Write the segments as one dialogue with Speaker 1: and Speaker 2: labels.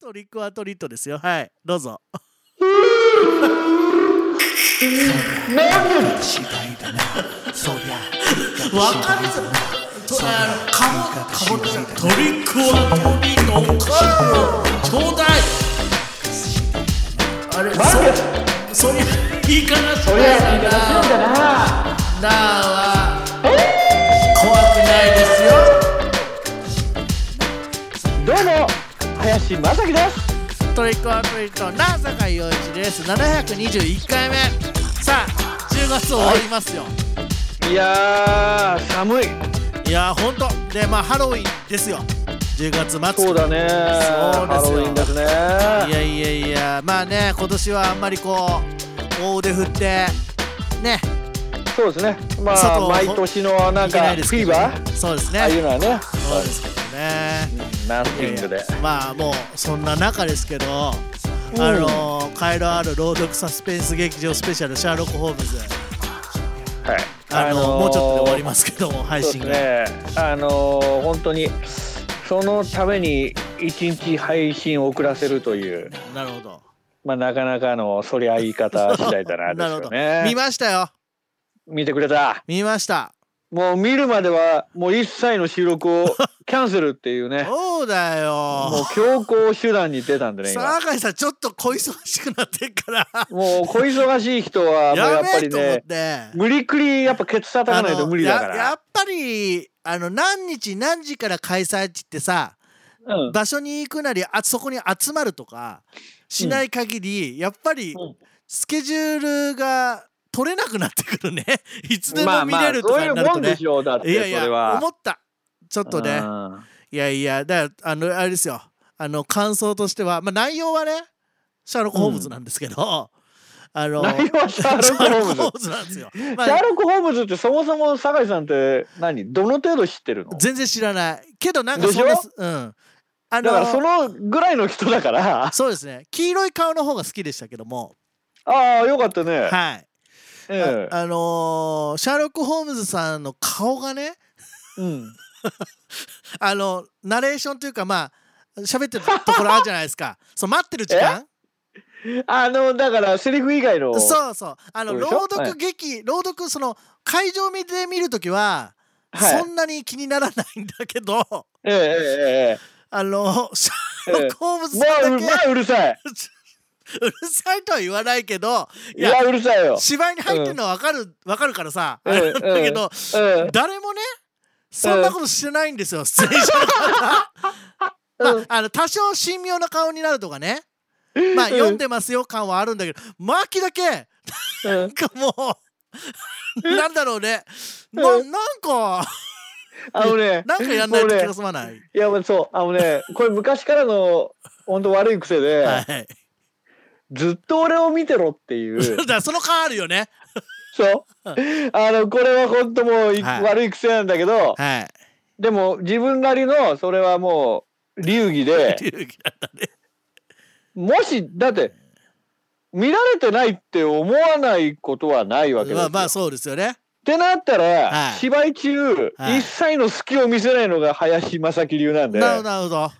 Speaker 1: トリックはトリートですよはいどうぞ
Speaker 2: 次第だなそりゃ
Speaker 3: わかりづらいとあのかぼかぼじゃないトリックはトリートおかんちょうだいあれそそりゃいいかなそりゃいいかななあは怖くないですよ
Speaker 4: どうも林正樹です
Speaker 1: トリックはトリートな坂井陽一です721回目さあ10月終わりますよ
Speaker 4: いやー寒い
Speaker 1: いやーほんとでまあハロウィンですよ10月末
Speaker 4: そう
Speaker 1: そうですよ
Speaker 4: だねハロウィンですね
Speaker 1: いやいやいやまあね今年はあんまりこう大腕振ってね
Speaker 4: そうですねま
Speaker 1: 外
Speaker 4: あ
Speaker 1: を
Speaker 4: 毎年のなん
Speaker 1: いけな
Speaker 4: か
Speaker 1: いで
Speaker 4: フィ
Speaker 1: すけ
Speaker 4: ー
Speaker 1: ど、ね、
Speaker 4: バー
Speaker 1: そうです
Speaker 4: ああいう
Speaker 1: ね
Speaker 4: のはね
Speaker 1: そうですけどね
Speaker 4: ナッ
Speaker 1: い
Speaker 4: テ
Speaker 1: やい
Speaker 4: ィングで
Speaker 1: やまあもうそんな中ですけど、あのー、カイロアール朗読サスペンス劇場スペシャルシャーロック・ホームズ
Speaker 4: はい
Speaker 1: あのーもうちょっとで終わりますすけども配
Speaker 4: そうで
Speaker 1: 信
Speaker 4: す
Speaker 1: が、
Speaker 4: ねあのー本当にそのために一日配信を遅らせるという
Speaker 1: なるほど
Speaker 4: まあなかなかのそりゃ言い方次第 だなで
Speaker 1: な
Speaker 4: す
Speaker 1: るほど
Speaker 4: よね
Speaker 1: 見ましたよ
Speaker 4: 見てくれた
Speaker 1: 見ました
Speaker 4: もう見るまではもう一切の収 録をキャンセルっていうね
Speaker 1: そうだ
Speaker 4: もう
Speaker 1: よ
Speaker 4: 強行手段に出たんでね今
Speaker 1: 坂井さんちょっと小忙しくなってっ から
Speaker 4: もう小忙しい人はもうや
Speaker 1: や
Speaker 4: っぱ
Speaker 1: べえ
Speaker 4: り
Speaker 1: と思っ
Speaker 4: ね
Speaker 1: て
Speaker 4: 無理くりやっぱケツ叩かないと無理だか
Speaker 1: あのやや
Speaker 4: ら
Speaker 1: っぱりあの何日何時から開催って言ってさ
Speaker 4: うん
Speaker 1: 場所に行くなりあそこに集まるとかしない限り、やっぱり
Speaker 4: うん
Speaker 1: スケジュールが取れなくなってくるねいつで
Speaker 4: ま
Speaker 1: も
Speaker 4: あ
Speaker 1: 見
Speaker 4: ま
Speaker 1: れ
Speaker 4: あ
Speaker 1: ると
Speaker 4: そう
Speaker 1: か
Speaker 4: い
Speaker 1: に
Speaker 4: う
Speaker 1: なる
Speaker 4: も
Speaker 1: と
Speaker 4: ん
Speaker 1: ね
Speaker 4: でしょうだって
Speaker 1: いやい
Speaker 4: それは
Speaker 1: や思ったちょっとね
Speaker 4: うん
Speaker 1: いやいやだからあのあれですよあの感想としては、まあ、内容はねシャーロック・ホームズなんですけど、あの
Speaker 4: 内容はシャーロ
Speaker 1: シャーロッ
Speaker 4: ッ
Speaker 1: ク・
Speaker 4: ク・
Speaker 1: ホ
Speaker 4: ホ
Speaker 1: ームズなんですよ、
Speaker 4: ームズ。
Speaker 1: ま
Speaker 4: シャー
Speaker 1: あ、
Speaker 4: ロック・ホームズってそもそも酒井さんって何どの程度知ってるの
Speaker 1: 全然知らないけどなんかそんな
Speaker 4: でし
Speaker 1: うんあ
Speaker 4: だからそ
Speaker 1: の
Speaker 4: のぐらいの人だからあ
Speaker 1: そうですね黄色い顔の方が好きでしたけども
Speaker 4: あよかったね、
Speaker 1: はい
Speaker 4: ええ
Speaker 1: ああのーシャーロック・ホームズさんの顔がね
Speaker 4: うん、
Speaker 1: あのナレーションというかまあ喋ってるところあるじゃないですかそう待ってる時間
Speaker 4: あのだからセリフ以外の
Speaker 1: そうそうあの
Speaker 4: そうで
Speaker 1: 朗
Speaker 4: しょ
Speaker 1: 読劇、朗読その会場で見る時は、
Speaker 4: はい
Speaker 1: そんなに気にならないんだけど
Speaker 4: えええええ
Speaker 1: あのシャーロック・ホーム
Speaker 4: え
Speaker 1: ズ
Speaker 4: ま
Speaker 1: さ
Speaker 4: あ
Speaker 1: ん
Speaker 4: う
Speaker 1: だけ、
Speaker 4: まあうるさい
Speaker 1: うるさいとは言わないけどい
Speaker 4: い
Speaker 1: や
Speaker 4: やうるさいよ、
Speaker 1: 芝居に入ってるのは分かる、分かるからさ、
Speaker 4: うん
Speaker 1: あれなんだけど、
Speaker 4: うん
Speaker 1: 誰もねそんなことしてないんですよ、出演者の方まあ、あの多少神妙な顔になるとかねまあ
Speaker 4: うん
Speaker 1: 読んでますよ感はあるんだけどマーキだけなん
Speaker 4: うん、
Speaker 1: かも うなんだろうねな
Speaker 4: う
Speaker 1: なんか
Speaker 4: あのね
Speaker 1: なんかやんないと
Speaker 4: もう
Speaker 1: 気
Speaker 4: ね
Speaker 1: が済まない、
Speaker 4: いやまあ そうあのねこれ昔からの本当悪い癖で、
Speaker 1: はい、
Speaker 4: ずっと俺を見てろってい う
Speaker 1: だからその感あるよね
Speaker 4: そうあのこれは本当もうい、
Speaker 1: はい
Speaker 4: 悪い癖なんだけど、
Speaker 1: はい
Speaker 4: でも自分なりのそれはもう流儀で
Speaker 1: 流儀なんだね
Speaker 4: もしだって見られてないって思わないことはないわけですよ。
Speaker 1: まあまあそうですよね
Speaker 4: ってなったら、
Speaker 1: はい
Speaker 4: 芝居中、
Speaker 1: はい
Speaker 4: 一切の隙を見せないのが林正樹流なんで
Speaker 1: なるほどなるほど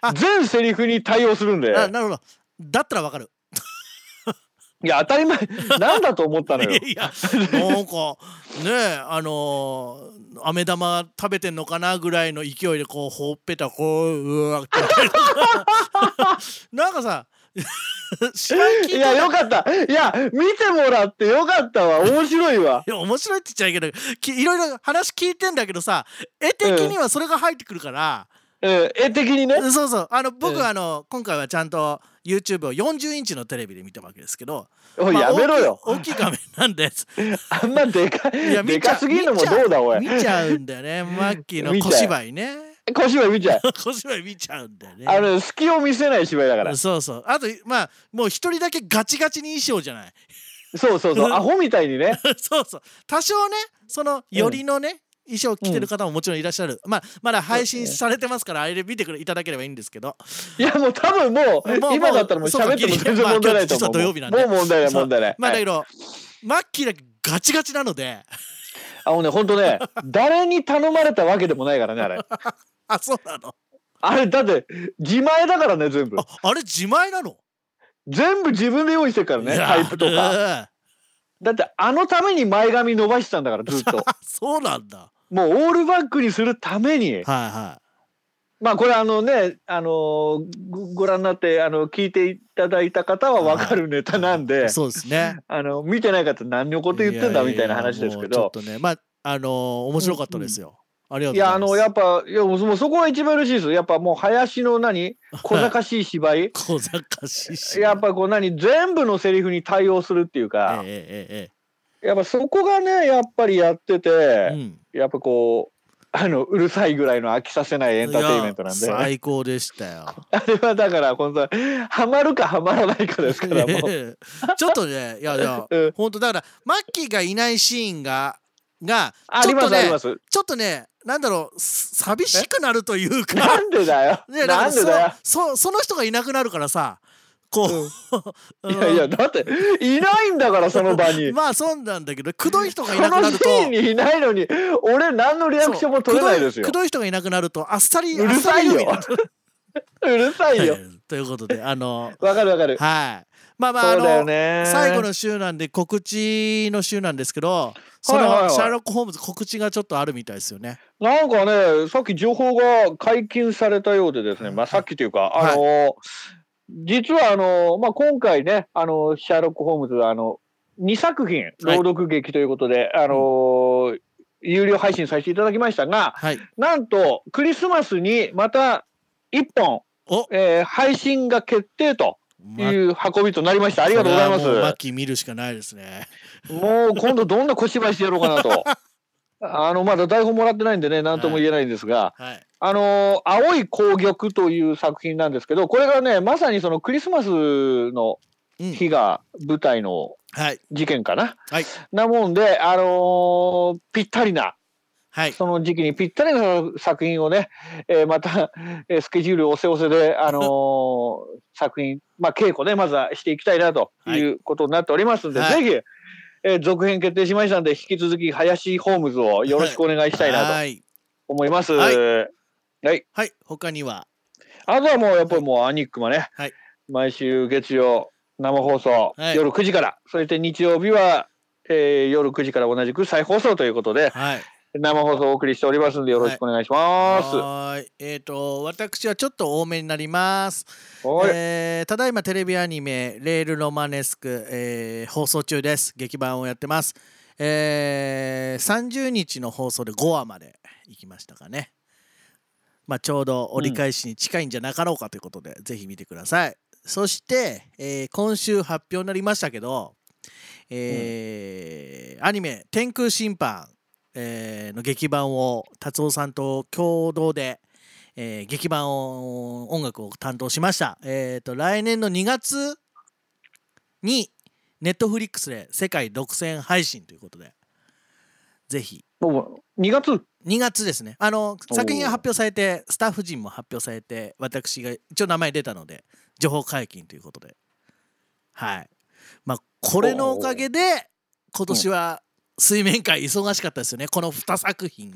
Speaker 1: あ
Speaker 4: 全セリフに対応するんで
Speaker 1: ななるほどだったらわかる
Speaker 4: いや当たり 前なんだと思ったのよ。
Speaker 1: いやいやなんかねえあのー飴玉食べてんのかなぐらいの勢いでこうほっぺたこううわってやったりとか なんかさ 芝居聞い
Speaker 4: い
Speaker 1: て
Speaker 4: や
Speaker 1: い。
Speaker 4: よかったいや見てもらってよかったわ面白いわ
Speaker 1: や面白いって言っちゃいけないきいろいろ話聞いてんだけどさ絵的にはそれが入ってくるから、
Speaker 4: えー絵的にね。
Speaker 1: そうそうあの僕、
Speaker 4: うん
Speaker 1: あの今回はちゃんと YouTube を40インチのテレビで見たわけですけど、
Speaker 4: おい
Speaker 1: まあ
Speaker 4: やめろよ。
Speaker 1: 大きい大きい画面なん です
Speaker 4: あんまでか
Speaker 1: いや
Speaker 4: い
Speaker 1: 見
Speaker 4: で
Speaker 1: ちゃ
Speaker 4: かすぎるのもどうだおい。
Speaker 1: 見ちゃうんだよ ねマッキーの小芝居ね
Speaker 4: 小芝居見ちゃう。
Speaker 1: 小芝居見ちゃうんだよね
Speaker 4: あの隙を見せない芝居だから。
Speaker 1: そうそうあとまあもう一人だけガチガチに衣装じゃない
Speaker 4: そうそうそう。アホみたいにね。
Speaker 1: そうそう多少ねそのよりのね、衣装着てる方ももちろんいらっしゃる、まあまだ配信されてますからあれで見てくれいただければいいんですけど
Speaker 4: いやもう多分もう
Speaker 1: もう
Speaker 4: 今だったらもう喋っても全然問題ないと思う。
Speaker 1: まあ今日実は土曜日なんで
Speaker 4: もう問題ない
Speaker 1: そう
Speaker 4: 問題ない。
Speaker 1: まあだ
Speaker 4: はい
Speaker 1: けど、マッキーだけガチガチなので
Speaker 4: あのね本当ね誰に頼まれたわけでもないからねあれ。
Speaker 1: あそうなの
Speaker 4: あれだって自前だからね全部
Speaker 1: ああれ自前なの、
Speaker 4: 全部自分で用意してるからね
Speaker 1: いや
Speaker 4: タイプとか
Speaker 1: ええ
Speaker 4: だってあのために前髪伸ばしてたんだからず っと
Speaker 1: あそうなんだ
Speaker 4: もうオールバックにするために
Speaker 1: はいは
Speaker 4: まあこれあのねあのーごご覧になってあの聞いていただいた方は分かるネタ なんで
Speaker 1: いそうですね
Speaker 4: あの見てない方何のこと言ってんだみたいな話です
Speaker 1: いやい
Speaker 4: け
Speaker 1: やいやもうちょ
Speaker 4: ど
Speaker 1: っとねまああのー面白かったですよ、ありがと
Speaker 4: いう
Speaker 1: ござ
Speaker 4: や
Speaker 1: い
Speaker 4: あ
Speaker 1: ます
Speaker 4: のやっぱいやもうもうそこが一番嬉しいですよやっぱもう林 の何小賢しい芝居
Speaker 1: 小賢しいし
Speaker 4: やっぱこう何全部のセリフに対応するっていう
Speaker 1: え
Speaker 4: か、
Speaker 1: え
Speaker 4: やっぱそこがねやっぱりやって
Speaker 1: ええええ
Speaker 4: て、
Speaker 1: うん
Speaker 4: やっぱこうあのうるさいぐらいの飽きさせないエンターテインメントなんで
Speaker 1: いや
Speaker 4: あ
Speaker 1: 最高でしたよ
Speaker 4: れ はだから本当ハマるかハマらないかで すからもう。
Speaker 1: ええちょっとねいやいや
Speaker 4: うん
Speaker 1: 本当だからマッキーがいないシーンがが
Speaker 4: あ
Speaker 1: ち
Speaker 4: り
Speaker 1: ょっ
Speaker 4: ま
Speaker 1: と
Speaker 4: すあり
Speaker 1: ね
Speaker 4: ます。
Speaker 1: ちょっとねなんだろうす寂しくなるというか
Speaker 4: なんでだよ。
Speaker 1: ね、だか
Speaker 4: な
Speaker 1: ら
Speaker 4: んで
Speaker 1: そ
Speaker 4: だよ
Speaker 1: の。そその人がいなくなるからさこ う、
Speaker 4: いやいやだっていないんだからその 場に。
Speaker 1: まあそうなんだけどくどい人がい
Speaker 4: そ
Speaker 1: なく
Speaker 4: の
Speaker 1: な
Speaker 4: シ
Speaker 1: る と
Speaker 4: ーンにいないのに俺何のリアクションも取れないですよ
Speaker 1: く。どいくどい人がいなくなるとあっさり
Speaker 4: うるさいよ
Speaker 1: あっさ
Speaker 4: うるさ
Speaker 1: り海
Speaker 4: いよ
Speaker 1: に。ということであの
Speaker 4: わかるわかる。
Speaker 1: はいまあまああ
Speaker 4: そうだよ
Speaker 1: の、
Speaker 4: ね。
Speaker 1: 最後の週なんで告知の週なんですけどその、
Speaker 4: はいはいはい
Speaker 1: シャーロック・ホームズ告知がちょっとあるみたいですよね
Speaker 4: なんかね、さっき情報が解禁されたようでですね、まあさっきというか、あの、実はあの、まあ今回ね、あの、シャーロック・ホームズはあの、2作品、朗読劇ということで、あの、有料配信させていただきましたが、
Speaker 1: はい
Speaker 4: なんと、クリスマスにまた1本
Speaker 1: お、
Speaker 4: えー配信が決定とい
Speaker 1: ま
Speaker 4: う運びとなりました。ありがとうございま
Speaker 1: これはもうマッ
Speaker 4: す。
Speaker 1: キー見るしかないですね
Speaker 4: もう今度どんな小芝居してやろうかな と。あの、まだ台本もらってないんでね、なんとも言えないんですが、
Speaker 1: はい
Speaker 4: あのー青い紅玉という作品なんですけど、これがね、まさにそのクリスマスの
Speaker 1: うん
Speaker 4: 日が舞台の
Speaker 1: はい
Speaker 4: 事件かな、
Speaker 1: はい
Speaker 4: なもんで、あのーぴったりな、
Speaker 1: はい
Speaker 4: その時期にぴったりな作品をね、えーまた、えースケジュールをせおせで、あの ー作品、まあ、稽古ね、まずはしていきたいなということになっておりますんで、
Speaker 1: はい
Speaker 4: ぜひ、えー続編決定しましたんで、引き続き、林ホームズをよろしくお願いしたいな
Speaker 1: は
Speaker 4: と
Speaker 1: い
Speaker 4: 思います。
Speaker 1: はい
Speaker 4: はい
Speaker 1: はい他には
Speaker 4: あとはもうやっぱりもうアニックマね、
Speaker 1: はい
Speaker 4: 毎週月曜生放送、
Speaker 1: はい
Speaker 4: 夜9時からそして日曜日は、えー夜9時から同じく再放送ということで
Speaker 1: はい
Speaker 4: 生放送をお送りしておりますんでよろしくお願いします。は
Speaker 1: はーいえっ、と私はちょっと多めになります、
Speaker 4: い
Speaker 1: えーただいまテレビアニメ「レール・ロマネスク」えー放送中です劇版をやってます、えー30日の放送で5話まで行きましたかねまあちょうど折り返しに近いんじゃなかろうかということで、ぜひ見てくださいそして、えー今週発表になりましたけど、えーアニメ「天空審判」えーの劇版を達夫さんと共同で、えー劇版を音楽を担当しました、えー、と来年の2月にネットフリックスで世界独占配信ということでぜひ
Speaker 4: もう2月
Speaker 1: 2月ですねあの
Speaker 4: おー
Speaker 1: 作品が発表されてスタッフ陣も発表されて私が一応名前出たので情報解禁ということではいまあこれのおかげで今年は水面下忙しかったですよねこの2作品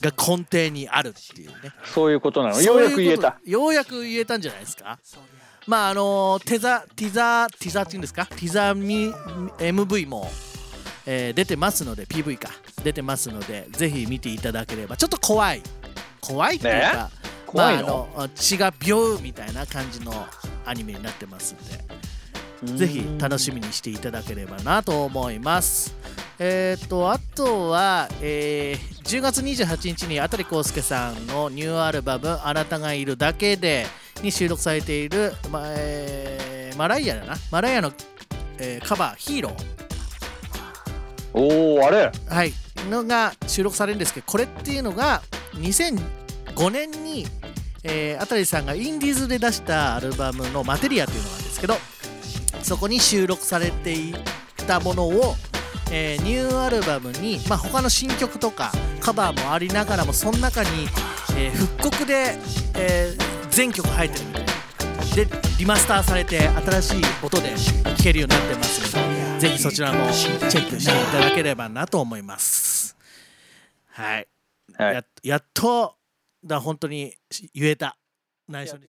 Speaker 1: が根底にあるっていうね
Speaker 4: そういうことなの
Speaker 1: そ
Speaker 4: よ
Speaker 1: う
Speaker 4: う
Speaker 1: いう
Speaker 4: や
Speaker 1: こ
Speaker 4: く
Speaker 1: と
Speaker 4: 言えた。
Speaker 1: ようやく言えたんじゃないですかまああのテザティザティザっていうんですかティザミ MV も、えー出てますので PV か出てますのでぜひ見ていただければちょっと怖い怖いっていうか、ま
Speaker 4: 怖
Speaker 1: あ
Speaker 4: い
Speaker 1: あ
Speaker 4: の、
Speaker 1: の血がビョーみたいな感じのアニメになってますんでぜひ楽しみにしていただければなと思います。えー、とあとは、えー10月28日にあたりこうすけさんのニューアルバム「あなたがいるだけで」に収録されている、まえーマライアだなマライアの、えーカバー「ヒーロー」
Speaker 4: おおあれ
Speaker 1: はい、のが収録されるんですけどこれっていうのが2005年に、えー、あたりさんがインディーズで出したアルバムの「マテリア」というのがあるんですけどそこに収録されていたものを、えーニューアルバムに、まあ、他の新曲とかカバーもありながらもその中に、えー復刻で、えー全曲入ってるみたいな。でリマスターされて新しい音で聴けるようになってますのでぜひそちらもチェックしていただければなと思いますはい、
Speaker 4: はい
Speaker 1: ややっとだ本当に言えた内緒に